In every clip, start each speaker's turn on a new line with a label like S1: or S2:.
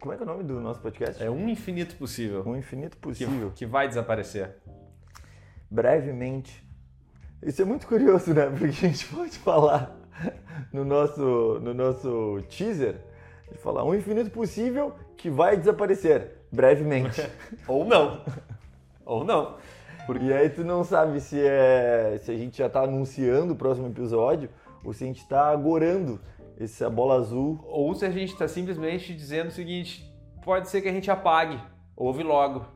S1: Como é que é o nome do nosso podcast?
S2: É um infinito possível.
S1: O Infinito
S2: que,
S1: Possível.
S2: que vai desaparecer.
S1: Brevemente. Isso é muito curioso, né? Porque a gente pode falar no nosso, no nosso teaser, de falar um infinito possível que vai desaparecer brevemente.
S2: Ou não. Ou não.
S1: E aí tu não sabe se é se a gente já tá anunciando o próximo episódio ou se a gente tá agorando essa bola azul.
S2: Ou se a gente está simplesmente dizendo o seguinte: pode ser que a gente apague, ouve logo.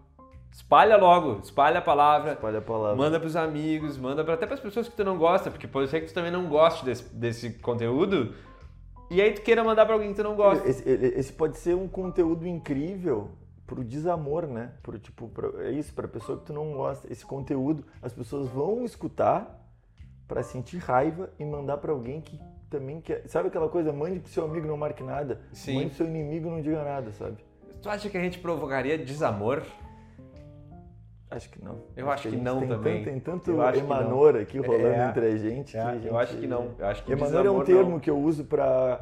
S2: Espalha logo, espalha a palavra,
S1: Olha a palavra.
S2: manda pros amigos, manda pra, até pras pessoas que tu não gosta, porque pode ser que tu também não goste desse, desse conteúdo. E aí tu queira mandar pra alguém que tu não gosta.
S1: Esse, ele- esse pode ser um conteúdo incrível pro desamor, né? Pro tipo, pro- é isso, pra pessoa que tu não gosta. Esse conteúdo, as pessoas vão escutar pra sentir raiva e mandar pra alguém que também quer. Sabe aquela coisa? Mande pro seu amigo não marque nada.
S2: Sim.
S1: Mande pro seu inimigo não diga nada, sabe?
S2: Tu acha que a gente provocaria desamor?
S1: Acho que não.
S2: Eu acho
S1: a
S2: que
S1: gente
S2: não
S1: tem
S2: também.
S1: Tanto, tem tanto
S2: Eu acho que não.
S1: emanor aqui rolando
S2: É.
S1: entre a gente.
S2: É,
S1: a
S2: eu
S1: gente-
S2: acho que não. Eu acho que
S1: Emanar é
S2: desamor
S1: um
S2: não.
S1: termo que eu uso pra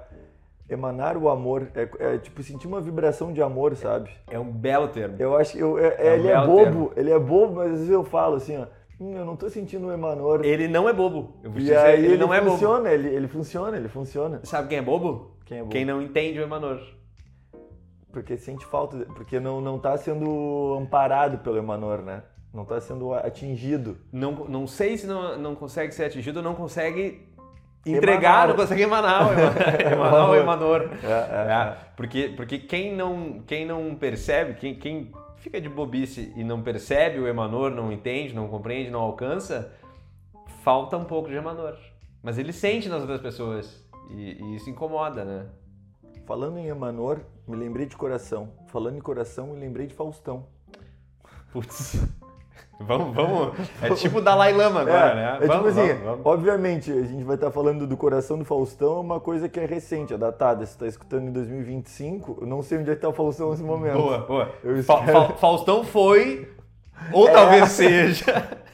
S1: emanar o amor. É, é tipo sentir uma vibração de amor, sabe?
S2: É um belo termo.
S1: Eu acho que eu, é- é-
S2: É um
S1: ele é
S2: belo
S1: bobo, ele é bobo, mas às vezes eu falo assim, ó, hum, eu não tô sentindo o Emanor.
S2: Ele não é bobo. Eu vou
S1: E
S2: te dizer,
S1: aí
S2: ele,
S1: ele,
S2: não é bobo.
S1: funciona, ele, ele funciona, ele funciona.
S2: Sabe quem é bobo?
S1: Quem é bobo?
S2: Quem não entende o Emanor.
S1: Porque sente falta, de- porque não, não tá sendo amparado pelo Emanor, né? Não tá sendo a- atingido.
S2: Não, não sei se não, não consegue ser atingido, não consegue
S1: Emanar.
S2: entregar, não consegue emanar o Emanor. emanar o Emanor.
S1: É, é.
S2: É, porque, porque quem não quem não percebe, quem, quem fica de bobice e não percebe o Emanor, não entende, não compreende, não alcança, falta um pouco de Emanor. Mas ele sente nas outras pessoas. E, e isso incomoda, né?
S1: Falando em Emanor, me lembrei de coração. Falando em coração, me lembrei de Faustão.
S2: Putz. Vamos, vamos. É tipo o Dalai Lama agora,
S1: é,
S2: né?
S1: é tipo
S2: Vamos,
S1: assim,
S2: vamos, vamos.
S1: obviamente, a gente vai estar falando do coração do Faustão, é uma coisa que é recente, é datada. Você tá escutando em 2025, eu não sei onde é que tá o Faustão nesse momento.
S2: Boa, boa.
S1: Eu
S2: Fa-
S1: espero. É.
S2: Fa- Faustão foi, ou talvez seja,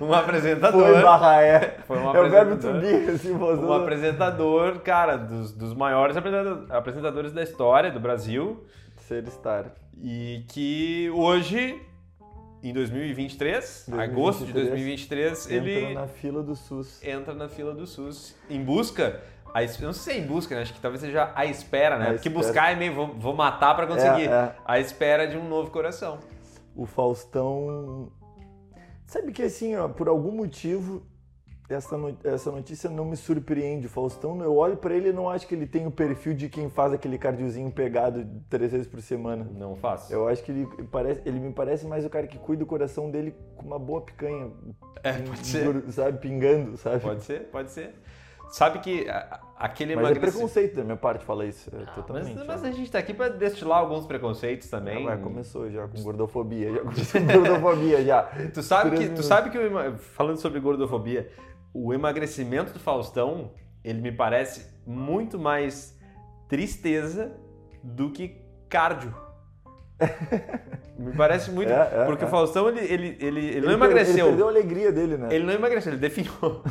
S2: um apresentador.
S1: Foi barra é.
S2: Foi um
S1: É o verbo to
S2: apresentador.
S1: be, assim,
S2: um
S1: Faustão.
S2: apresentador, cara, dos, dos maiores apresenta- apresentadores da história do Brasil
S1: Ser estar.
S2: e que hoje, em 2023,
S1: 2023,
S2: agosto de 2023,
S1: Entra
S2: ele
S1: na fila do SUS.
S2: entra na fila do SUS em busca, a es- eu não sei se é em busca, né? acho que talvez seja à espera, né?
S1: À
S2: Porque
S1: espera.
S2: buscar é meio, vou, vou matar pra conseguir,
S1: É, é.
S2: à espera de um novo coração.
S1: O Faustão... Sabe que assim, ó, por algum motivo, essa, no- essa notícia não me surpreende. O Faustão, eu olho pra ele e não acho que ele tem o perfil de quem faz aquele cardiozinho pegado três vezes por semana.
S2: Não faço.
S1: Eu acho que ele, parece, ele me parece mais o cara que cuida do coração dele com uma boa picanha.
S2: É, pode ser.
S1: Sabe, pingando, sabe?
S2: Pode ser, pode ser. Sabe que a- a- aquele
S1: Mas é
S2: emagrecimento.
S1: preconceito da minha parte falar isso. é,
S2: Ah,
S1: totalmente.
S2: mas,
S1: ó.
S2: mas a gente tá aqui pra destilar alguns preconceitos também.
S1: Ah, vai, começou já com gordofobia, já começou com gordofobia já.
S2: Tu sabe que,
S1: Três
S2: tu sabe que o ema- falando sobre gordofobia, o emagrecimento do Faustão, ele me parece muito mais tristeza do que cardio. me parece muito,
S1: É, é,
S2: porque
S1: é.
S2: o Faustão ele, ele, ele, ele não
S1: per-
S2: emagreceu.
S1: Ele
S2: Ele,
S1: perdeu a alegria dele, né? Ele,
S2: não emagreceu, ele definhou.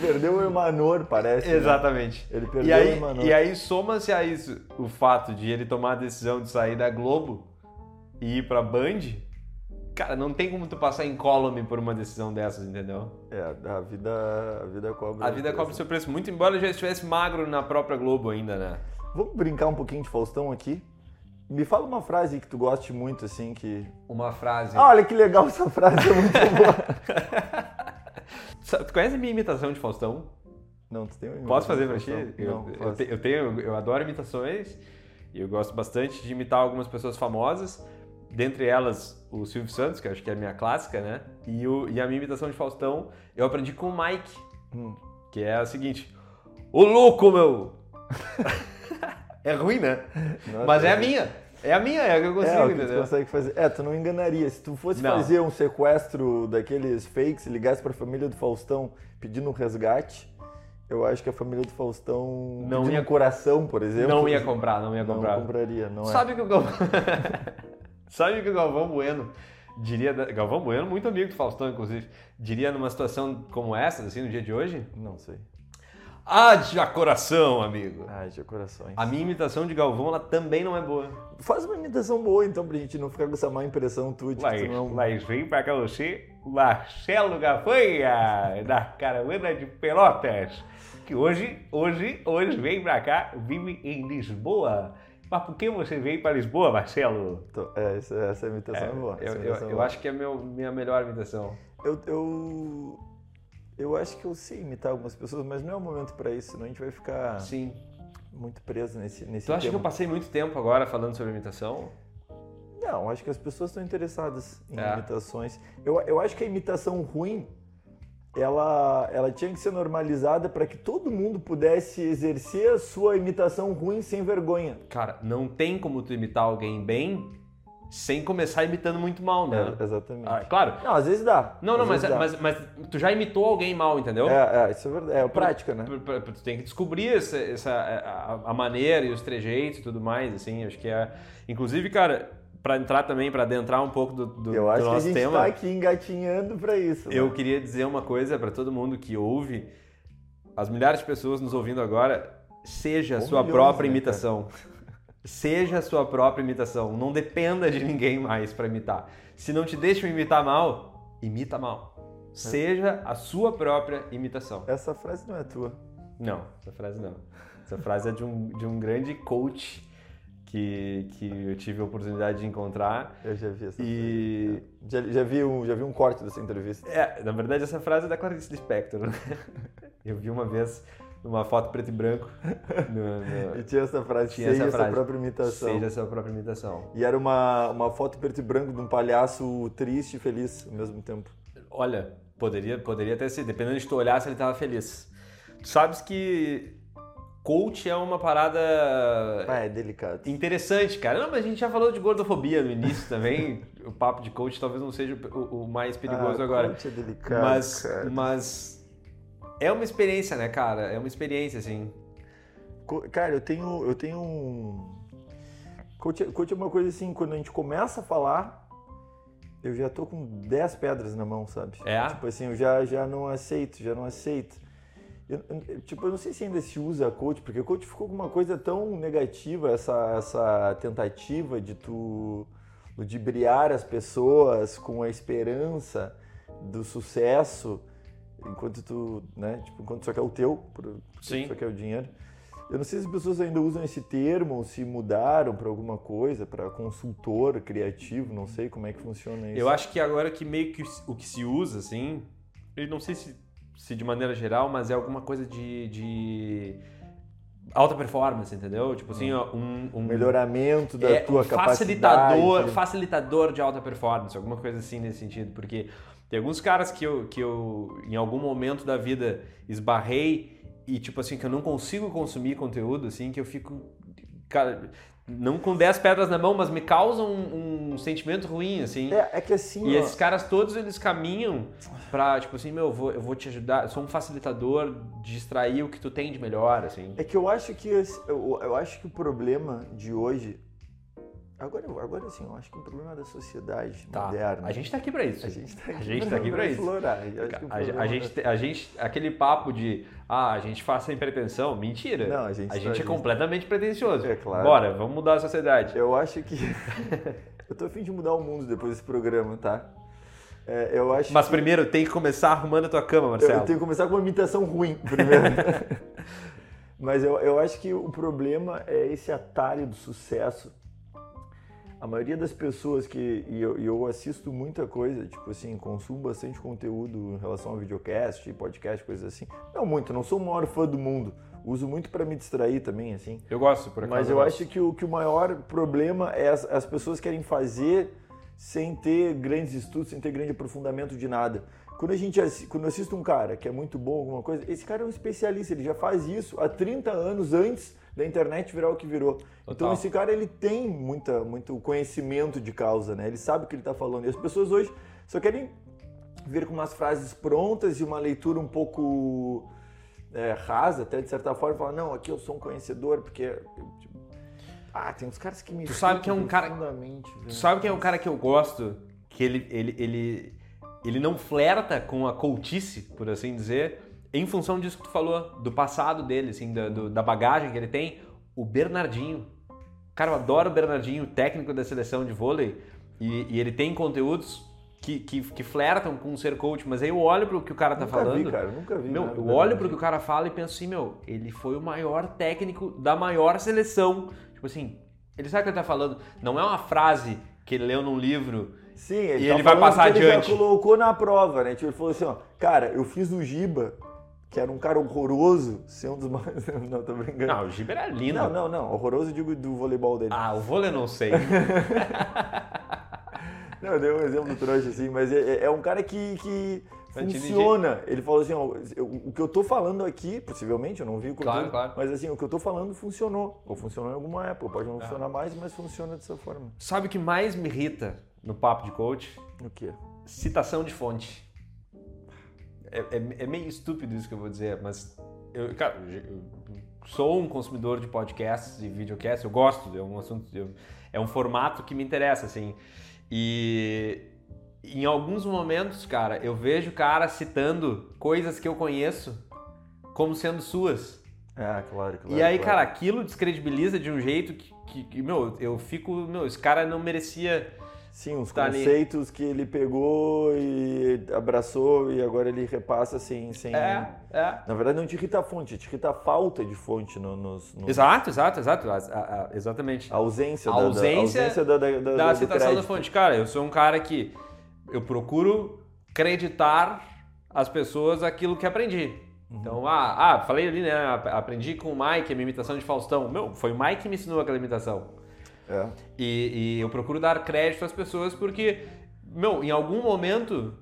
S1: perdeu o Emanor, parece. né?
S2: Exatamente.
S1: Ele perdeu né,
S2: E aí,
S1: o Emanor.
S2: e aí soma-se a isso o fato de ele tomar a decisão de sair da Globo e ir pra Band. Cara, não tem como tu passar em column por uma decisão dessas, entendeu?
S1: É, a vida, a vida cobra. um
S2: A vida cobra seu preço muito, embora ele já estivesse magro na própria Globo ainda, né?
S1: Vamos brincar um pouquinho de Faustão aqui? Me fala uma frase que tu goste muito, assim, que...
S2: Uma frase.
S1: Ah, olha que legal essa frase, é muito boa.
S2: Sa- Tu conhece a minha imitação de Faustão?
S1: Não, tu tem um uma
S2: Posso fazer pra ti?
S1: imitação?
S2: Eu,
S1: Não,
S2: eu
S1: faz.
S2: te- eu tenho, eu adoro imitações e eu gosto bastante de imitar algumas pessoas famosas, dentre elas o Silvio Santos, que eu acho que é a minha clássica, né? E, o- e a minha imitação de Faustão eu aprendi com o Mike,
S1: Hum.
S2: que é a seguinte: Ô louco, meu! é ruim, né?
S1: Nossa,
S2: Mas é a minha! É a minha, é a que eu
S1: É,
S2: consigo,
S1: o que tu
S2: entendeu?
S1: consegue fazer. É, tu não enganaria. Se tu fosse
S2: Não.
S1: fazer um sequestro daqueles fakes, ligasse pra família do Faustão pedindo um resgate, eu acho que a família do Faustão
S2: Não
S1: pedindo
S2: ia-
S1: um coração, por exemplo.
S2: Não ia comprar, não ia
S1: não
S2: comprar.
S1: compraria, não é.
S2: Sabe que o Galvão... Sabe que o Galvão Bueno diria... da- Galvão Bueno, muito amigo do Faustão, inclusive, diria numa situação como essa, assim, no dia de hoje?
S1: Não sei.
S2: Haja coração, amigo.
S1: Haja corações.
S2: A minha imitação de Galvão, ela também não é boa.
S1: Faz uma imitação boa, então, pra gente não ficar com essa má impressão tua de que tu Tipo, não... é um
S2: mas vem pra cá você, Marcelo Gafanha, da Caravana de Pelotas, que hoje, hoje, hoje vem pra cá, vive em Lisboa. Mas por que você veio pra Lisboa, Marcelo?
S1: Então, é, essa, essa imitação é, boa.
S2: Eu,
S1: essa
S2: eu-
S1: imitação é
S2: eu
S1: boa.
S2: acho que é meu, minha melhor imitação.
S1: Eu, eu... eu acho que eu sei imitar algumas pessoas, mas não é o momento pra isso, senão a gente vai ficar
S2: Sim.
S1: muito preso nesse, nesse
S2: Tu acha que eu
S1: tema.
S2: passei muito tempo agora falando sobre imitação?
S1: Não, acho que as pessoas estão interessadas em
S2: É.
S1: imitações. Eu, eu acho que a imitação ruim, ela, ela tinha que ser normalizada para que todo mundo pudesse exercer a sua imitação ruim sem vergonha.
S2: Cara, não tem como tu imitar alguém bem sem começar imitando muito mal, né?
S1: É, exatamente.
S2: Ah, claro.
S1: Não, às vezes dá.
S2: Não, não,
S1: Às
S2: mas, é,
S1: vezes dá.
S2: mas, mas tu já imitou alguém mal, entendeu?
S1: É, é, isso é verdade. É prática, né?
S2: Pra- pra- pra- Tu tem que descobrir essa, essa- a, a- a maneira e os trejeitos e tudo mais, assim, acho que é... Inclusive, cara, pra entrar também, pra adentrar um pouco do, do-
S1: Eu
S2: do
S1: acho que a
S2: nosso
S1: gente
S2: tema...
S1: tá aqui engatinhando para isso. né?
S2: Eu queria dizer uma coisa pra todo mundo que ouve, as milhares de pessoas nos ouvindo agora, seja a
S1: Ou
S2: sua
S1: milhões,
S2: própria
S1: né,
S2: imitação. seja a sua própria imitação, não dependa de ninguém mais pra imitar. Se não te deixam imitar mal, imita mal.
S1: É.
S2: Seja a sua própria imitação.
S1: Essa frase não é tua.
S2: Não, essa frase não. Essa frase é de um, de um grande coach que, que eu tive a oportunidade de encontrar.
S1: Eu já vi essa
S2: E,
S1: já, já vi um, já vi um corte dessa entrevista.
S2: É, na verdade essa frase é da Clarice Lispector. né? Eu vi uma vez numa foto preto e branco. no- no-
S1: E tinha essa frase,
S2: Tinha
S1: seja
S2: essa
S1: a
S2: frase.
S1: sua própria imitação.
S2: seja a sua própria imitação.
S1: E era uma, uma foto preto e branco de um palhaço triste e feliz ao mesmo tempo.
S2: Olha, poderia, poderia até ser, dependendo de tu olhar se ele tava feliz. Tu sabes que coach é uma parada
S1: Ah, é delicado.
S2: interessante, cara. Não, mas a gente já falou de gordofobia no início também. o papo de coach talvez não seja o- o, o mais perigoso
S1: Ah,
S2: agora.
S1: coach É delicado,
S2: mas,
S1: cara.
S2: mas é uma experiência, né, cara? É uma experiência, assim.
S1: Co- Cara, eu tenho. Eu tenho um. Coach, é- coach é uma coisa assim, quando a gente começa a falar, eu já tô com 10 pedras na mão, sabe?
S2: É?
S1: Tipo assim, eu já, já não aceito, já não aceito. Eu- eu- tipo, eu não sei se ainda se usa coach, porque coach ficou com uma coisa tão negativa, essa, essa tentativa de tu ludibriar as pessoas com a esperança do sucesso, enquanto tu, né, tipo, enquanto só quer o teu, por- porque
S2: Sim.
S1: só quer é o dinheiro. Eu não sei se as pessoas ainda usam esse termo ou se mudaram para alguma coisa, para consultor criativo, não sei como é que funciona isso.
S2: Eu acho que agora que meio que o que se usa, assim, eu não sei se, se de maneira geral, mas é alguma coisa de, de alta performance, entendeu? Tipo assim, ó, um, um
S1: Melhoramento da
S2: é,
S1: tua
S2: um facilitador,
S1: capacidade.
S2: facilitador de alta performance, alguma coisa assim nesse sentido, porque tem alguns caras que eu, que eu em algum momento da vida esbarrei e tipo assim que eu não consigo consumir conteúdo assim, que eu fico cara, não com 10 pedras na mão, mas me causa um, um sentimento ruim assim.
S1: É, é que assim,
S2: E
S1: ó,
S2: esses caras todos eles caminham pra, tipo assim, meu, eu vou, eu vou te ajudar, eu sou um facilitador de extrair o que tu tem de melhor, assim.
S1: É que eu acho que esse- eu, eu acho que o problema de hoje agora agora assim, eu acho que o problema é da sociedade
S2: Tá.
S1: moderna.
S2: A gente tá aqui pra isso.
S1: a gente tá
S2: a
S1: aqui,
S2: gente tá
S1: pra-
S2: aqui pra isso.
S1: Explorar. Eu acho que o
S2: A, a
S1: problema
S2: gente,
S1: da-
S2: te- a gente, aquele papo de, ah, a gente faz sem pretensão, mentira.
S1: Não, a gente
S2: a
S1: tá-
S2: gente é completamente pretensioso.
S1: É claro.
S2: Bora, vamos mudar a sociedade.
S1: Eu acho que eu tô a fim de mudar o mundo depois desse programa, tá? É, eu acho
S2: Mas
S1: que-
S2: primeiro tem que começar arrumando a tua cama,
S1: Eu-
S2: Marcelo.
S1: Eu tenho que começar com uma imitação ruim primeiro. Mas eu, eu acho que o problema é esse atalho do sucesso. A maioria das pessoas que. E eu, e eu assisto muita coisa, tipo assim, consumo bastante conteúdo em relação a videocast, podcast, coisas assim. Não muito, não sou o maior fã do mundo. Uso muito para me distrair também, assim.
S2: Eu gosto, por acaso.
S1: Mas eu acho que o, que o maior problema é as, as pessoas querem fazer sem ter grandes estudos, sem ter grande aprofundamento de nada. Quando a gente assi- quando eu assisto um cara que é muito bom em alguma coisa, esse cara é um especialista, ele já faz isso há 30 anos antes da internet virar o que virou. Então
S2: Total.
S1: esse cara ele tem muita muito conhecimento de causa, né? Ele sabe o que ele está falando. E as pessoas hoje só querem vir com umas frases prontas e uma leitura um pouco é, rasa, até de certa forma, falar, não, aqui eu sou um conhecedor, porque. eu, tipo, ah, tem uns caras que me.
S2: Tu sabe que é um
S1: irritam
S2: cara-
S1: profundamente, né?" velho."
S2: Tu sabe quem é o cara que eu gosto? Que ele, ele, ele, ele não flerta com a coutice, por assim dizer. em função disso que tu falou, do passado dele, assim, da, do- da bagagem que ele tem, o Bernardinho. Cara, eu adoro o Bernardinho, técnico da seleção de vôlei, e, e ele tem conteúdos que, que, que flertam com ser coach, mas aí eu olho pro que o cara tá
S1: nunca
S2: falando.
S1: vi, cara, nunca vi.
S2: Meu,
S1: nada
S2: eu
S1: da
S2: olho
S1: Bernardinho.
S2: pro que o cara fala e penso assim, meu, ele foi o maior técnico da maior seleção. Tipo assim, ele sabe o que ele tá falando. Não é uma frase que ele leu num livro.
S1: Sim, ele,
S2: E
S1: tá
S2: ele vai
S1: falando
S2: passar
S1: que ele
S2: adiante.
S1: já colocou na prova, né? Tipo, ele falou assim, ó, cara, eu fiz o Giba, que era um cara horroroso, ser um dos mais... Não, tô brincando.
S2: Não, o Giber é lindo.
S1: Não, não, não. Horroroso, eu digo, do voleibol dele.
S2: Ah, o vôlei eu não sei.
S1: Não, eu dei um exemplo trouxa, assim, mas é, é- é um cara que, que
S2: Pra te
S1: funciona. Ele falou assim, ó, eu- o que eu tô falando aqui, possivelmente, eu não vi o
S2: Claro,
S1: conteúdo,
S2: claro.
S1: mas assim, o que eu tô falando funcionou. Ou funcionou em alguma época, pode não
S2: Ah.
S1: funcionar mais, mas funciona dessa forma.
S2: sabe o que mais me irrita no papo de coach?
S1: O quê?
S2: Citação de fonte. É, é- é meio estúpido isso que eu vou dizer, mas eu, cara, eu sou um consumidor de podcasts e videocasts, eu gosto, é um assunto, eu- é um formato que me interessa, assim. E em alguns momentos, cara, eu vejo o cara citando coisas que eu conheço como sendo suas.
S1: Ah, claro, claro.
S2: e aí,
S1: claro.
S2: cara, aquilo descredibiliza de um jeito que, que- que, meu, eu fico, meu, esse cara não merecia.
S1: Sim, uns
S2: Tá ali.
S1: conceitos que ele pegou e abraçou e agora ele repassa sem. sem...
S2: É, é.
S1: Na verdade, não te irrita a fonte, te irrita a falta de fonte no, nos, no-
S2: Exato, exato, exato. As- a- a- exatamente.
S1: A ausência,
S2: A
S1: da- da,
S2: ausência
S1: ausência da, da, da,
S2: da
S1: do
S2: citação da
S1: crédito.
S2: fonte. Cara, eu sou um cara que eu procuro acreditar as pessoas aquilo que aprendi. Então, ah, ah, falei ali, né? ap- Aprendi com o Mike a minha imitação de Faustão. Meu, foi o Mike que me ensinou aquela imitação.
S1: É.
S2: E, e eu procuro dar crédito às pessoas porque, meu, em algum momento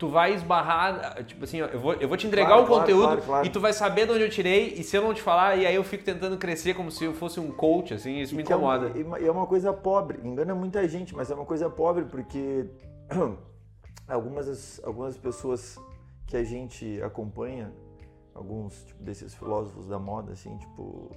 S2: tu vai esbarrar, tipo assim, ó, eu vou, eu vou te entregar
S1: Claro,
S2: o
S1: claro,
S2: conteúdo
S1: claro, claro.
S2: e tu vai saber de onde eu tirei e se eu não te falar, e aí eu fico tentando crescer como se eu fosse um coach, assim, isso me
S1: E que é um-
S2: incomoda.
S1: e uma- E é uma coisa pobre, engana muita gente, mas é uma coisa pobre porque algumas, das- algumas pessoas que a gente acompanha, alguns tipo, desses filósofos da moda, assim, tipo,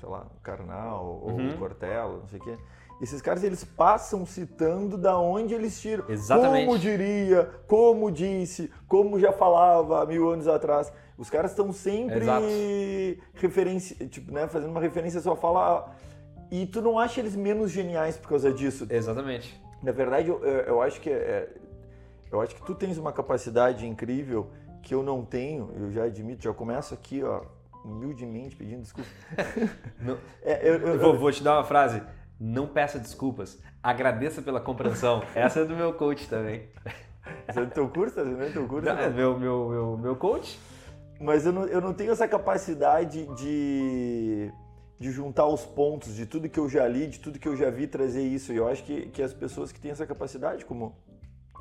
S1: sei lá, o Karnal ou
S2: Uhum.
S1: o Cortella, não sei o quê, esses caras eles passam citando da onde eles tiram.
S2: Exatamente.
S1: Como diria, como disse, como já falava há mil anos atrás. Os caras estão sempre
S2: Exato.
S1: referência, tipo, né, fazendo uma referência só fala e tu não acha eles menos geniais por causa disso?
S2: Exatamente.
S1: Na verdade, eu, eu- eu acho que é- é- eu acho que tu tens uma capacidade incrível que eu não tenho. Eu já admito, já começo aqui, ó, humildemente pedindo desculpa.
S2: Não-
S1: É, eu- eu-
S2: Eu vou, vou te dar uma frase. Não peça desculpas, agradeça pela compreensão. Essa é do meu coach também.
S1: Isso é do teu curso, tá vendo? Teu curso.
S2: Não, é
S1: né?
S2: meu, meu, meu, meu coach?
S1: Mas eu não, eu não tenho essa capacidade de, de juntar os pontos de tudo que eu já li, de tudo que eu já vi, trazer isso. E eu acho que, que as pessoas que têm essa capacidade, como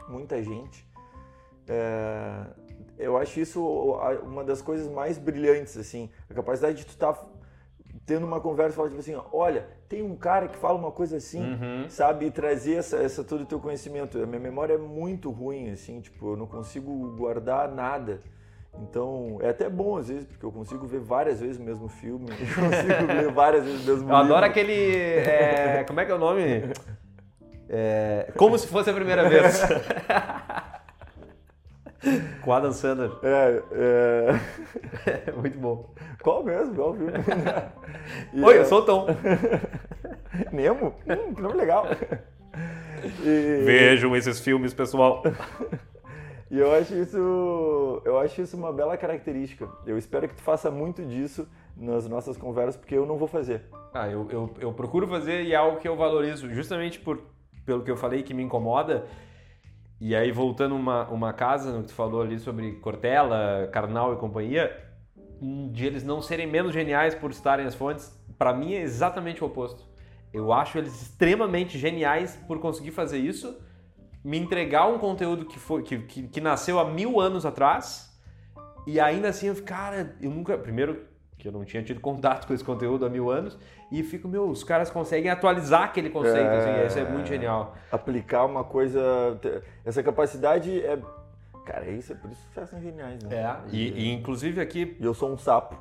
S1: muita gente, é, eu acho isso a- uma das coisas mais brilhantes, assim. A capacidade de tu estar tendo uma conversa e falar, tipo assim, ó, olha, tem um cara que fala uma coisa assim,
S2: Uhum.
S1: sabe, e trazer essa, essa todo o teu conhecimento. A minha memória é muito ruim, assim, tipo, eu não consigo guardar nada. Então, é até bom às vezes, porque eu consigo ver várias vezes o mesmo filme, eu consigo ler várias vezes o mesmo
S2: Eu adoro
S1: livro.
S2: aquele. é, como é que é o nome? É, como se fosse a primeira vez. Com Adam Sandler.
S1: É, é...
S2: Muito bom.
S1: Qual mesmo? Qual filme? E,
S2: Oi,
S1: é,
S2: eu sou o Tom.
S1: Nemo? Hum, que nome legal. E-
S2: Vejam esses filmes, pessoal.
S1: E eu acho isso, eu acho isso uma bela característica. Eu espero que tu faça muito disso nas nossas conversas, porque eu não vou fazer.
S2: Ah, eu, eu, eu procuro fazer e é algo que eu valorizo, justamente por, pelo que eu falei que me incomoda. E aí, voltando uma, uma casa, no que tu falou ali sobre Cortella, Karnal e companhia, um de eles não serem menos geniais por estarem as fontes, pra mim é exatamente o oposto. Eu acho eles extremamente geniais por conseguir fazer isso, me entregar um conteúdo que, foi, que, que, que nasceu há mil anos atrás, e ainda assim eu fico, cara, eu nunca. Primeiro, que eu não tinha tido contato com esse conteúdo há mil anos, e fico, meu, os caras conseguem atualizar aquele conceito,
S1: É.
S2: assim, isso é muito genial.
S1: Aplicar uma coisa, essa capacidade é, cara, é isso é por isso que vocês são geniais, né?
S2: É, e, e inclusive aqui,
S1: E eu sou um sapo.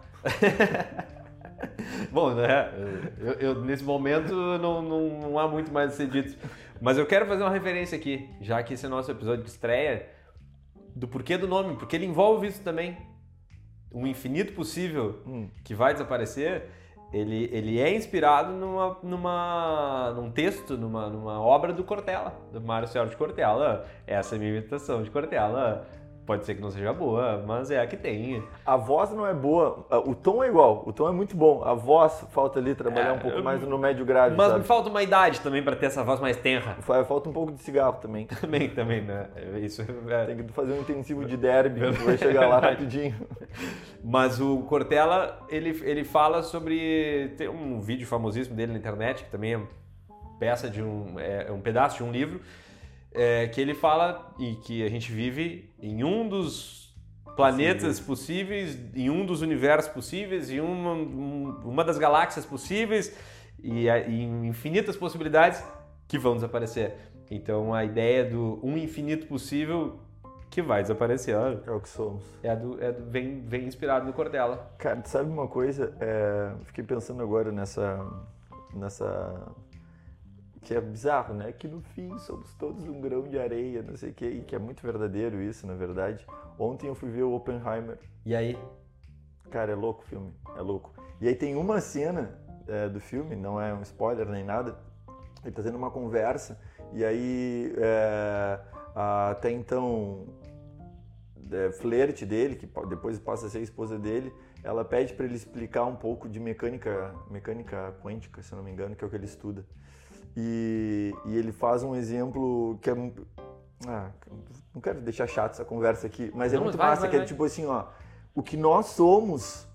S2: bom, né? Eu, eu- nesse momento não, não, não há muito mais a ser dito. Mas eu quero fazer uma referência aqui, já que esse é o nosso episódio de estreia, do porquê do nome, porque ele envolve isso também. O infinito possível
S1: Hum,
S2: que vai desaparecer, ele, ele é inspirado numa, numa, num texto, numa, numa obra do Cortella, do Mário Sérgio de Cortella. Essa é a minha imitação de Cortella. Pode ser que não seja boa, mas é a que tem.
S1: A voz não é boa, ah, o tom é igual, o tom é muito bom. A voz falta ali trabalhar
S2: É,
S1: um pouco
S2: eu-
S1: mais no médio grave,
S2: Mas me
S1: sabe?
S2: falta uma idade também para ter essa voz mais tenra.
S1: Fa- Falta um pouco de cigarro também.
S2: Também, também, né? Isso é,
S1: Tem que fazer um intensivo de derby, tu vai chegar lá rapidinho.
S2: Mas o Cortella, ele, ele fala sobre. Tem um vídeo famosíssimo dele na internet, que também é peça de um. é é um pedaço de um livro, é, que ele fala e que a gente vive em um dos planetas possíveis, em um dos universos possíveis, em uma, um- uma das galáxias possíveis, e, a- e em infinitas possibilidades que vão desaparecer. Então a ideia do um infinito possível que vai desaparecer. olha.
S1: É o que somos.
S2: É do, é do- vem, vem inspirado no Cordela.
S1: Cara, tu sabe uma coisa? É, fiquei pensando agora nessa. nessa. que é bizarro, né? Que no fim somos todos um grão de areia, não sei o quê, e que é muito verdadeiro isso, na verdade. Ontem eu fui ver o Oppenheimer.
S2: E aí?
S1: Cara, é louco o filme, é louco. E aí tem uma cena é, do filme, não é um spoiler nem nada, ele tá tendo uma conversa, e aí é, a- até então é, flerte dele, que pa- depois passa a ser a esposa dele, ela pede para ele explicar um pouco de mecânica, mecânica quântica, se eu não me engano, que é o que ele estuda. E, e ele faz um exemplo que é. mu- Ah, não quero deixar chato essa conversa aqui, mas é
S2: Não,
S1: muito
S2: vai,
S1: massa,
S2: vai,
S1: que é
S2: vai.
S1: tipo assim, ó. O que nós somos,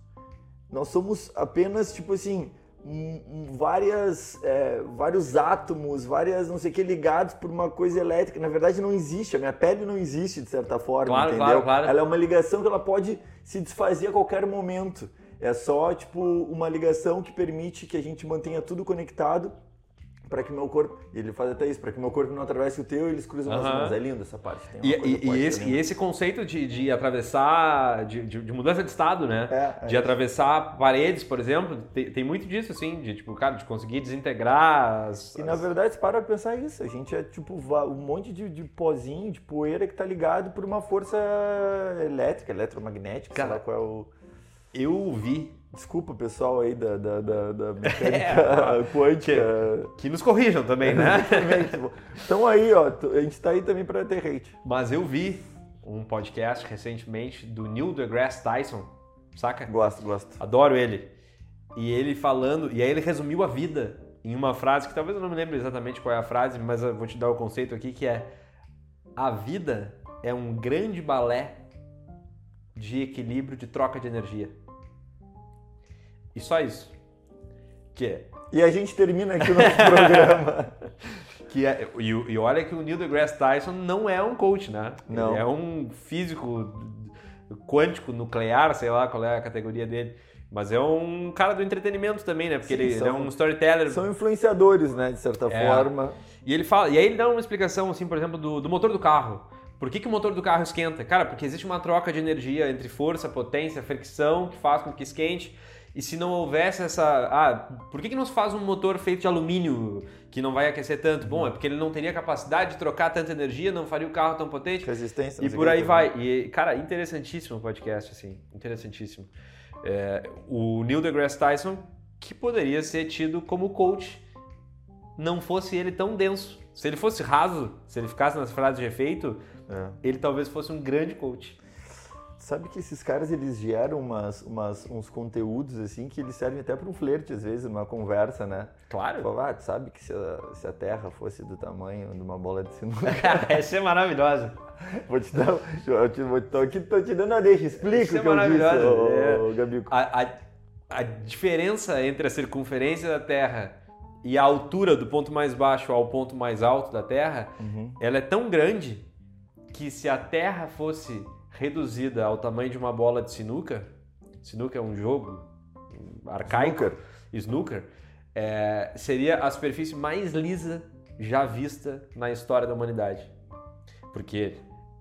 S1: nós somos apenas, tipo assim, um- um- várias, é, vários átomos, várias não sei o que ligados por uma coisa elétrica. Na verdade, não existe. A minha pele não existe, de certa forma,
S2: Claro,
S1: entendeu?
S2: claro, claro.
S1: Ela é uma ligação que ela pode se desfazer a qualquer momento. É só, tipo, uma ligação que permite que a gente mantenha tudo conectado para que meu corpo. e Ele faz até isso, para que meu corpo não atravesse o teu, eles cruzam as
S2: Aham.
S1: mãos. É lindo essa parte. Tem uma
S2: E,
S1: coisa né?
S2: e- e
S1: poética
S2: esse,
S1: linda.
S2: e esse conceito de, de atravessar, de, de- de mudança de estado, né?
S1: É, é.
S2: De atravessar paredes, por exemplo, tem, tem muito disso, assim, de tipo, cara, de conseguir desintegrar as.
S1: E na verdade, se para pra pensar isso, a gente é tipo va- um monte de, de pozinho, de poeira que tá ligado por uma força elétrica, eletromagnética,
S2: Cara.
S1: sei lá qual é o.
S2: Eu vi
S1: Desculpa, o pessoal aí da, da, da, da
S2: É,
S1: mecânica quântica.
S2: que nos corrijam também, né?
S1: Também, tipo, Então aí, ó, tu- a gente tá aí também pra ter hate.
S2: Mas eu vi um podcast recentemente do Neil deGrasse Tyson, saca?
S1: Gosto, gosto.
S2: Adoro ele. E ele falando, e aí ele resumiu a vida em uma frase que talvez eu não me lembre exatamente qual é a frase, mas eu vou te dar o conceito aqui que é a vida é um grande balé de equilíbrio de troca de energia. E só isso. Que é,
S1: E a gente termina aqui o nosso programa.
S2: que é e, o- e olha que o Neil deGrasse Tyson não é um coach, né?
S1: Não.
S2: Ele é um físico quântico nuclear, sei lá qual é a categoria dele. Mas é um cara do entretenimento também, né? Porque
S1: Sim,
S2: ele, ele é
S1: são-
S2: um storyteller.
S1: São influenciadores, né, de certa
S2: É.
S1: forma.
S2: E ele fala, e aí ele dá uma explicação, assim, por exemplo, do, do motor do carro. Por que, que o motor do carro esquenta? Cara, porque existe uma troca de energia entre força, potência, fricção, que faz com que esquente. E se não houvesse essa. Ah, por que, que não se faz um motor feito de alumínio que não vai aquecer tanto? Bom, é porque ele não teria capacidade de trocar tanta energia, não faria o carro tão potente.
S1: Resistência. não
S2: E
S1: sei
S2: por
S1: o que.
S2: aí vai. E, cara, interessantíssimo o podcast, assim. Interessantíssimo. É, o Neil deGrasse Tyson, que poderia ser tido como coach, não fosse ele tão denso. Se ele fosse raso, se ele ficasse nas frases de efeito,
S1: É.
S2: ele talvez fosse um grande coach.
S1: Sabe que esses caras eles geram umas, umas- uns conteúdos assim que eles servem até para um flerte, às vezes, numa conversa, né?
S2: Claro.
S1: Fala, ah, tu sabe que se a, se a Terra fosse do tamanho de uma bola de sinuca,
S2: Essa é maravilhosa.
S1: vou te dar. um, Eu te, vou, tô, aqui, tô te dando a deixa,
S2: Isso
S1: explica
S2: é
S1: o que eu disse,
S2: maravilhoso,
S1: ô,
S2: é.
S1: ô, Gabico.
S2: A, a- a diferença entre a circunferência da Terra e a altura do ponto mais baixo ao ponto mais alto da Terra
S1: Uhum.
S2: ela é tão grande que se a Terra fosse reduzida ao tamanho de uma bola de sinuca, sinuca é um jogo arcaico,
S1: Snooker.
S2: snooker, é, seria a superfície mais lisa já vista na história da humanidade, porque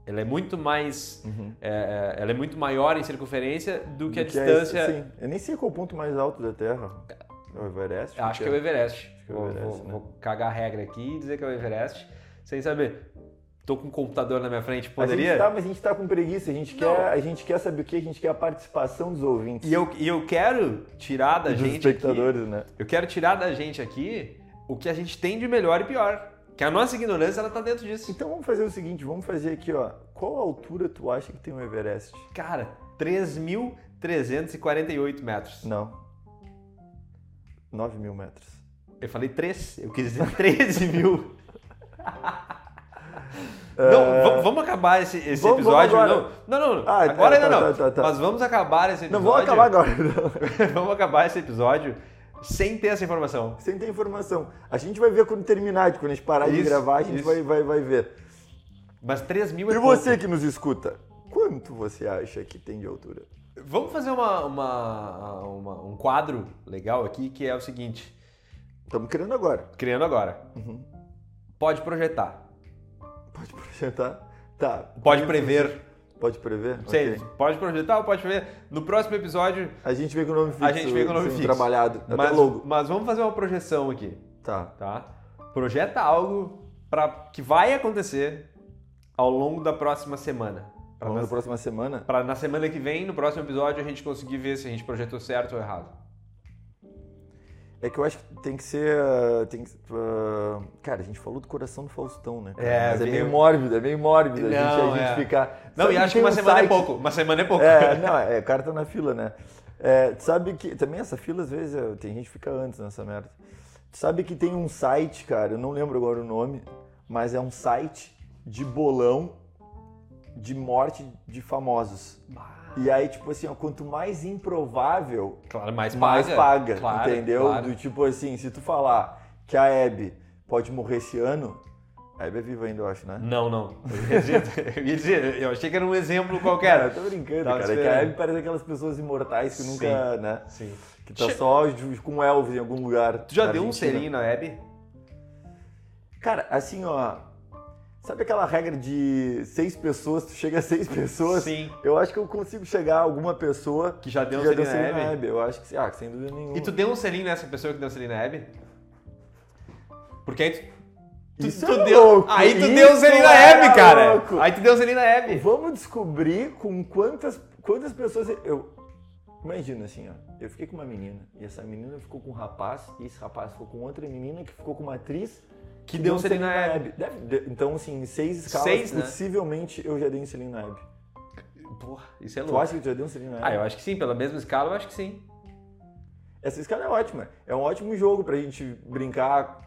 S2: ela é muito mais,
S1: Uhum.
S2: é, é, ela é muito maior em circunferência do que a
S1: Do que é esse-
S2: distância.
S1: sim. Eu nem sei qual é o ponto mais alto da Terra. É o Everest?
S2: Acho que é o Everest.
S1: que é o
S2: Vou-
S1: Everest,
S2: vou,
S1: né?
S2: vou cagar a regra aqui e dizer que é o Everest, sem saber. tô com um computador na minha frente,
S1: A gente
S2: poderia?
S1: tá, mas a gente tá com preguiça, a gente,
S2: Não.
S1: quer, a gente quer saber o que, a gente quer a participação dos ouvintes.
S2: E eu, e eu quero tirar da
S1: dos
S2: gente aqui,
S1: espectadores, né?
S2: eu quero tirar da gente aqui o que a gente tem de melhor e pior, que a nossa ignorância ela tá dentro disso.
S1: Então vamos fazer o seguinte, vamos fazer aqui, ó. Qual altura tu acha que tem o Everest?
S2: Cara, 3.348 metros.
S1: Não. 9 mil metros.
S2: Eu falei 3, eu quis dizer 13 mil. Não, vamos- vamos acabar esse, esse
S1: É. Vamos- vamos
S2: episódio.
S1: agora.
S2: Não, não, não.
S1: Ah,
S2: agora
S1: tá,
S2: ainda
S1: tá,
S2: não.
S1: tá, tá.
S2: Mas vamos acabar esse
S1: Não
S2: episódio.
S1: vou acabar agora, não.
S2: vamos acabar esse episódio sem ter essa informação.
S1: Sem ter informação. A gente vai ver quando terminar, quando a gente parar de
S2: Isso,
S1: gravar, a gente
S2: isso.
S1: vai, vai, vai ver.
S2: Mas 3 mil é
S1: E
S2: pouco.
S1: você que nos escuta, quanto você acha que tem de altura?
S2: Vamos fazer uma- uma- uma- um quadro legal aqui que é o seguinte:
S1: Estamos querendo agora.
S2: criando agora.
S1: Uhum.
S2: Pode projetar,
S1: Pode projetar? Tá.
S2: pode prever.
S1: Pode prever?
S2: Sei,
S1: Ok.
S2: pode projetar ou pode prever. No próximo episódio,
S1: A gente vem com o nome fixo.
S2: A gente vem com o nome
S1: assim,
S2: fixo.
S1: Trabalhado. Até
S2: mas,
S1: logo.
S2: mas vamos fazer uma projeção aqui,
S1: Tá.
S2: tá? Projeta algo para que vai acontecer ao longo da próxima semana.
S1: Ao longo da próxima semana.
S2: Para na semana que vem, no próximo episódio, a gente conseguir ver se a gente projetou certo ou errado.
S1: É que eu acho que tem que ser. ah, Tem que, ah, cara, a gente falou do coração do Faustão, né? cara?
S2: É,
S1: Mas é
S2: eu-
S1: meio mórbido, é meio mórbido a gente,
S2: Não,
S1: a gente
S2: é.
S1: ficar.
S2: Não,
S1: Sabe
S2: e
S1: que
S2: acho que
S1: tem
S2: uma
S1: um
S2: semana é
S1: site-
S2: pouco. Uma semana é pouco.
S1: É, não, é, o cara tá na fila, né? É, tu sabe que. Também essa fila, às vezes, é, tem gente que fica antes nessa merda. Tu sabe que tem um site, cara, eu não lembro agora o nome, mas é um site de bolão de morte de famosos. E aí, tipo assim, ó, quanto mais improvável,
S2: Claro, mais paga.
S1: mais paga,
S2: Claro,
S1: entendeu?
S2: claro.
S1: Do tipo assim, se tu falar que a Hebe pode morrer esse ano, a Hebe é viva ainda, eu acho, né?
S2: Não, não. Eu ia, dizer, eu ia dizer, eu achei que era um exemplo qualquer.
S1: Cara, eu tô brincando,
S2: Tava
S1: cara. é Que a
S2: esperando.
S1: Hebe parece aquelas pessoas imortais que nunca, né?
S2: Sim.
S1: Que tá
S2: Che-
S1: só ju- com Elvis em algum lugar.
S2: Tu já
S1: na
S2: deu um
S1: Argentina.
S2: selinho na Hebe?
S1: Cara, assim, ó. Sabe aquela regra de seis pessoas, tu chega a seis pessoas?
S2: Sim.
S1: Eu acho que eu consigo chegar a alguma pessoa
S2: Que já
S1: assim. que
S2: deu um
S1: já deu
S2: selinho
S1: selinho
S2: na
S1: na
S2: Hebe?
S1: Hebe. Eu acho que, ah, sem dúvida nenhuma.
S2: E tu deu um selinho nessa pessoa que deu um selinho na Hebe? Porque aí tu. Tu,
S1: Isso
S2: tu
S1: é
S2: deu,
S1: louco,
S2: aí tu
S1: isso
S2: deu um selinho na
S1: é
S2: Hebe, cara.
S1: louco.
S2: Aí tu deu um selinho na Hebe.
S1: Vamos descobrir com quantas, quantas pessoas. Eu. Imagina assim, ó. Eu fiquei com uma menina, e essa menina ficou com um rapaz, e esse rapaz ficou com outra menina que ficou com uma atriz.
S2: Que deu um selinho na Hebe.
S1: Deve- de- então, assim, em seis escalas,
S2: Seis, né?
S1: possivelmente eu já dei um selinho na Hebe.
S2: Porra, isso é
S1: Tu
S2: louco.
S1: acha que tu já deu um selinho na Hebe?
S2: Ah, eu acho que sim, pela mesma escala, eu acho que sim.
S1: Essa escala é ótima. É um ótimo jogo pra gente brincar,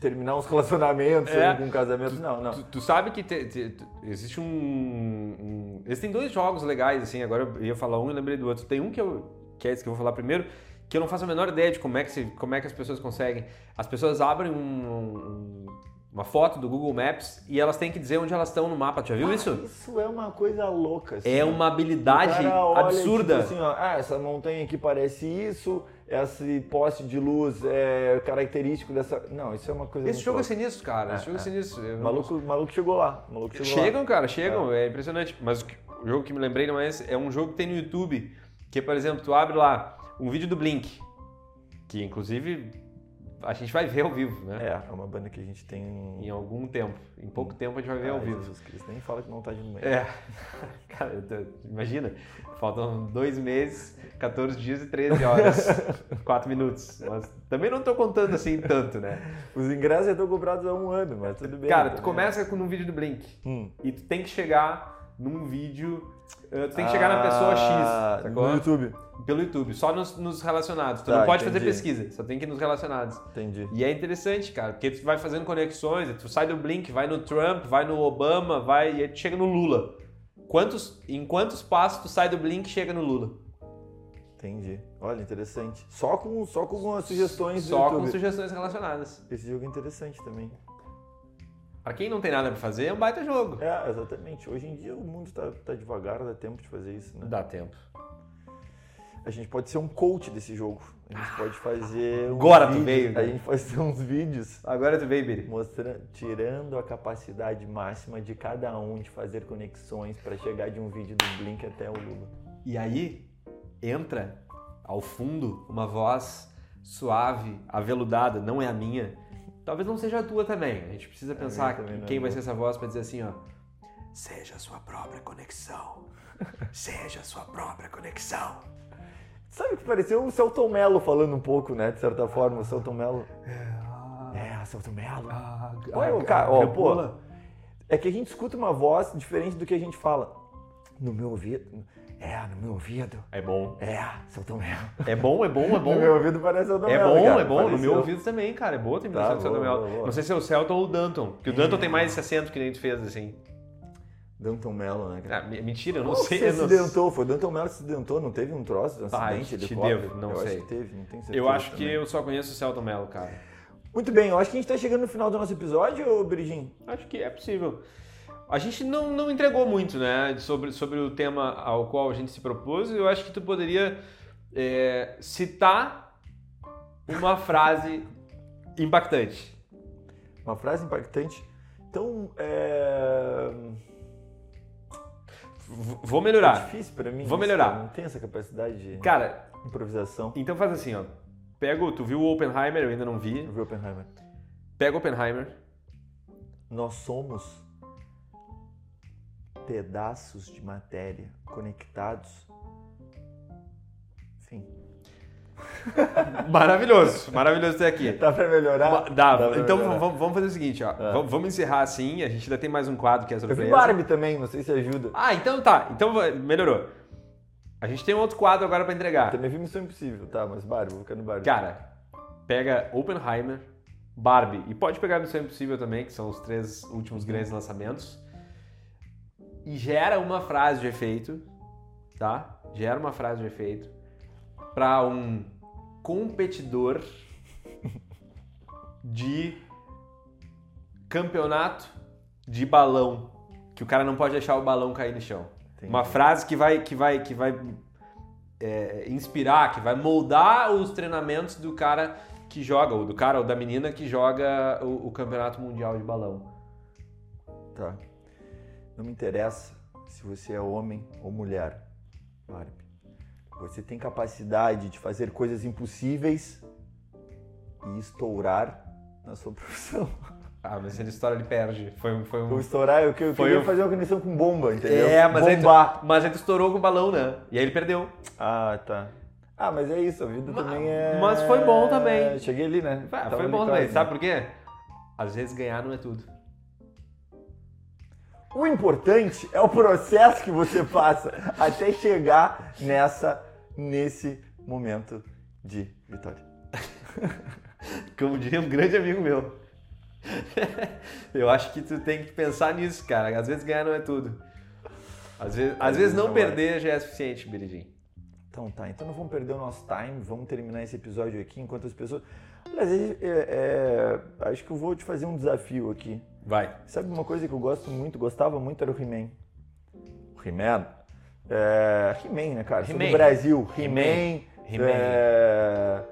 S1: terminar uns relacionamentos,
S2: É.
S1: aí com um casamento. Não, não.
S2: Tu, tu sabe que te- te- tu- existe um, um- Existem dois jogos legais, assim. Agora eu ia falar um e lembrei do outro. Tem um que, eu, que é esse que eu vou falar primeiro, que eu não faço a menor ideia de como é que, se- como é que as pessoas conseguem. As pessoas abrem um- um- uma foto do Google Maps e elas têm que dizer onde elas estão no mapa. Tu já viu isso?
S1: Isso é uma coisa louca. assim,
S2: É
S1: ó.
S2: uma
S1: O
S2: habilidade
S1: cara olha,
S2: absurda.
S1: tipo assim, ó, ah, essa montanha aqui parece isso, esse poste de luz é característico dessa. Não, isso é uma coisa.
S2: esse
S1: muito
S2: jogo é
S1: louca.
S2: sinistro, cara.
S1: É,
S2: Esse jogo é,
S1: é.
S2: sinistro. Eu
S1: O
S2: não
S1: maluco, o maluco chegou lá. o maluco chegou
S2: Chegam, cara, chegam, é. impressionante. Mas o que- o jogo que me lembrei não é esse, é um jogo que tem no YouTube, que, por exemplo, tu abre lá um vídeo do Blink, que inclusive a gente vai ver ao vivo,
S1: lá.
S2: né?
S1: É, é uma banda que a gente tem. um-
S2: Em algum tempo, em pouco tempo a gente vai ver
S1: Ai,
S2: é um ao vivo.
S1: Jesus Cristo, nem fala que não tá de meio.
S2: É, cara, eu tô- imagina, faltam dois meses, 14 dias e 13 horas, 4 minutos. Mas também não tô contando assim tanto, né?
S1: Os ingressos já estão comprados há um ano, mas tudo bem.
S2: Cara,
S1: também.
S2: tu começa com um vídeo do Blink,
S1: Hum.
S2: e tu tem que chegar num vídeo, eh, tu tem que chegar na pessoa
S1: Ah,
S2: X, sacou?
S1: No YouTube.
S2: Pelo YouTube, só nos, nos relacionados. Tu
S1: Tá,
S2: não pode fazer
S1: entendi.
S2: pesquisa, só tem que ir nos relacionados.
S1: Entendi.
S2: E é interessante, cara, porque tu vai fazendo conexões, tu sai do Blink, vai no Trump, vai no Obama, vai e aí tu chega no Lula. Quantos, em quantos passos tu sai do Blink e chega no Lula?
S1: Entendi. Olha, interessante. Só com, só com algumas sugestões do
S2: Só com
S1: YouTube.
S2: sugestões relacionadas.
S1: Esse jogo é interessante também.
S2: Pra quem não tem nada pra fazer, é um baita jogo.
S1: É, exatamente. Hoje em dia o mundo tá, tá devagar, dá tempo de fazer isso, né?
S2: Dá tempo.
S1: A gente pode ser um coach desse jogo. A gente pode fazer. uns
S2: Agora tu
S1: vídeos-
S2: veio,
S1: A
S2: né?
S1: gente pode fazer uns vídeos
S2: Agora tu vem, Biri.
S1: mostrando, tirando a capacidade máxima de cada um de fazer conexões pra chegar de um vídeo do Blink até o Lula.
S2: E aí entra ao fundo uma voz suave, aveludada, não é a minha, Talvez não seja a tua também. A gente precisa pensar
S1: também não é
S2: quem vai
S1: boa.
S2: ser essa voz pra dizer assim, ó. Seja a sua própria conexão. Seja a sua própria conexão.
S1: Sabe que pareceu o Celton Mello falando um pouco, né? De certa forma, o Celton Mello. É, Celton Mello. Olha, o cara, ó, pô, É que a gente escuta uma voz diferente do que a gente fala. No meu ouvido. É, no meu ouvido.
S2: É bom.
S1: É, Celton Mello.
S2: É bom, é bom, é bom.
S1: No meu ouvido parece Celton
S2: É
S1: Mello.
S2: bom,
S1: cara.
S2: é bom. No
S1: Pareceu.
S2: meu ouvido também, cara. É boa a terminação
S1: Tá,
S2: do Celton
S1: boa,
S2: Mello.
S1: boa, É. boa.
S2: Não sei se é o Celton ou o Danton. Porque o Danton tem mais esse acento que nem tu fez, assim.
S1: Danton Mello, né, cara?
S2: Ah, me- mentira, eu não
S1: Qual que
S2: sei.
S1: se
S2: eu não-
S1: acidentou? Foi o Danton Mello que se acidentou? Não teve um troço de um
S2: Ah,
S1: acidente?
S2: te
S1: helicóptero?
S2: devo, não
S1: eu
S2: sei.
S1: Acho que teve, não tenho certeza.
S2: Eu acho que
S1: também.
S2: eu só conheço o Celton Mello, cara.
S1: Muito bem, eu acho que a gente tá chegando no final do nosso episódio, Briginho.
S2: Acho que é possível. A gente não, não entregou muito, né, sobre, sobre o tema ao qual a gente se propôs. Eu acho que tu poderia é, citar uma frase impactante.
S1: Uma frase impactante. Então, é.
S2: V- vou
S1: É
S2: melhorar.
S1: difícil pra mim.
S2: Tá. Vou
S1: isso,
S2: melhorar.
S1: cara. Não tem essa capacidade de
S2: Cara,
S1: improvisação.
S2: então faz assim, ó. Pega, o- tu viu o Oppenheimer? Eu ainda não vi.
S1: Eu vi Oppenheimer.
S2: Pega o Oppenheimer.
S1: Nós somos pedaços de matéria conectados. Enfim.
S2: Maravilhoso, maravilhoso ter aqui.
S1: Dá pra melhorar?
S2: Ma- Dá.
S1: pra
S2: Então
S1: melhorar. É.
S2: vamos vamos fazer o seguinte, ó. Vamos- Vamos encerrar assim. A gente ainda tem mais um quadro que é
S1: Eu vi
S2: surpresa.
S1: Barbie também, não sei se ajuda.
S2: Ah, então tá. Então vai- melhorou. A gente tem um outro quadro agora pra entregar.
S1: Também vi Missão Impossível, tá? Mas Barbie, vou ficar no Barbie.
S2: Cara, pega Oppenheimer, Barbie e pode pegar Missão Impossível também, que são os três últimos grandes lançamentos. E gera uma frase de efeito, tá? Gera uma frase de efeito pra um competidor de campeonato de balão, que o cara não pode deixar o balão cair no chão.
S1: Entendi.
S2: Uma frase que vai que vai que vai é, inspirar, que vai moldar os treinamentos do cara que joga, ou do cara ou da menina que joga o, o campeonato mundial de balão.
S1: Tá. Não me interessa se você é homem ou mulher, Barbie. Você tem capacidade de fazer coisas impossíveis e estourar na sua profissão.
S2: Ah, mas essa história ele perde. Foi um. Foi
S1: O
S2: um...
S1: estourar, eu, que- eu
S2: Foi
S1: queria
S2: o-
S1: fazer uma conexão com bomba, entendeu?
S2: É, mas aí tu-
S1: Bombar.
S2: Mas aí tu estourou com o balão, né? E aí ele perdeu.
S1: Ah, tá. Ah, mas é isso, a vida
S2: Ma-
S1: também é...
S2: mas foi bom também.
S1: Cheguei ali, né?
S2: Ah,
S1: Tava
S2: foi
S1: ali
S2: bom
S1: quase,
S2: também.
S1: né?
S2: Sabe por quê? Às vezes ganhar não é tudo.
S1: O importante é o processo que você passa até chegar nessa, nesse momento de vitória.
S2: Como diria um grande amigo meu. Eu acho que tu tem que pensar nisso, cara. Às vezes ganhar não é tudo. Às vezes, às vezes não,
S1: não é.
S2: perder já é suficiente, Biridinho.
S1: Então tá, então não vamos perder o nosso time, vamos terminar esse episódio aqui enquanto as pessoas. Aliás, é- é- acho que eu vou te fazer um desafio aqui.
S2: Vai.
S1: Sabe uma coisa que eu gosto muito, gostava muito, era o He-Man. O He-Man? É, He-Man, né, cara? Sou do
S2: He-Man.
S1: Brasil.
S2: He-Man.
S1: He-Man.
S2: He-Man.
S1: é,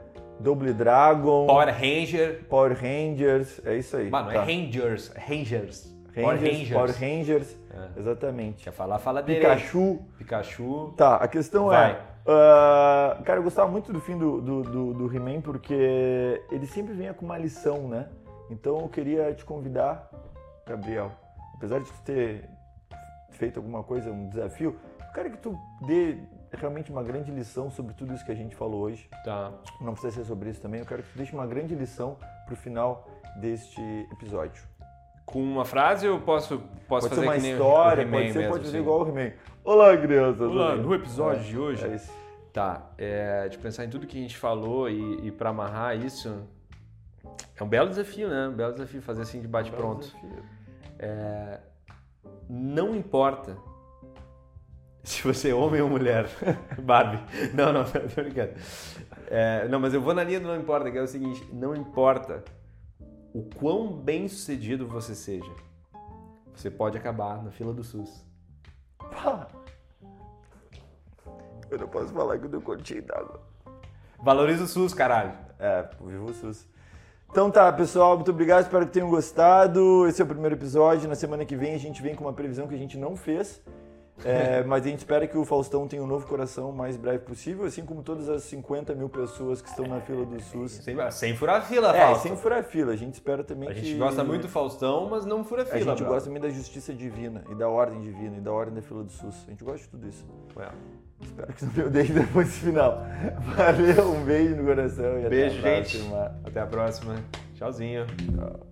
S1: Double Dragon.
S2: Power Ranger.
S1: Power Rangers. É isso aí.
S2: Mano, é
S1: tá.
S2: Rangers. Rangers. Power
S1: Rangers,
S2: Rangers.
S1: Power Rangers,
S2: É.
S1: exatamente.
S2: Quer falar, fala dele.
S1: Pikachu.
S2: Pikachu.
S1: Tá, a questão
S2: Vai.
S1: é. ah, cara, eu gostava muito do fim do, do, do, do He-Man porque ele sempre vinha com uma lição, né? Então eu queria te convidar, Gabriel, apesar de tu ter feito alguma coisa, um desafio, eu quero que tu dê realmente uma grande lição sobre tudo isso que a gente falou hoje.
S2: Tá.
S1: Não precisa ser sobre isso também, eu quero que tu deixe uma grande lição pro final deste episódio.
S2: Com uma frase eu posso,
S1: pode
S2: posso fazer
S1: ser uma
S2: que nem o
S1: história,
S2: He-Man
S1: pode ser,
S2: mesmo,
S1: pode fazer
S2: assim.
S1: igual o He-Man. Olá, crianças!
S2: Olá,
S1: Olá.
S2: no episódio de hoje.
S1: É isso.
S2: Tá, é, de pensar em tudo que a gente falou e, e para amarrar isso, é um belo desafio, né? Um belo desafio fazer assim de bate-pronto. Não importa se você é homem ou mulher, Barbie. Não, não, tô brincando. É, não, mas eu vou na linha do não importa, que é o seguinte: não importa o quão bem sucedido você seja, você pode acabar na fila do SUS.
S1: Pá. Eu não posso falar que eu dou cortinho d'água.
S2: Valoriza o SUS, caralho.
S1: É, viva o SUS. Então tá, pessoal, muito obrigado, espero que tenham gostado. Esse é o primeiro episódio. Na semana que vem a gente vem com uma previsão que a gente não fez. É, mas a gente espera que o Faustão tenha um novo coração o mais breve possível, assim como todas as 50 mil pessoas que estão na fila
S2: É,
S1: do SUS.
S2: Sem, sem furar a fila,
S1: É,
S2: Fausto.
S1: sem furar fila. A gente espera também
S2: A
S1: que.
S2: gente gosta muito do Faustão, mas não fura
S1: A
S2: fila.
S1: gente gosta também da justiça divina e da ordem divina e da ordem da fila do SUS. A gente gosta de tudo isso.
S2: gosta.
S1: Espero que não me odeie depois desse final. Valeu, um beijo no coração e
S2: Beijo,
S1: até a
S2: gente.
S1: próxima.
S2: Até a próxima. Tchauzinho.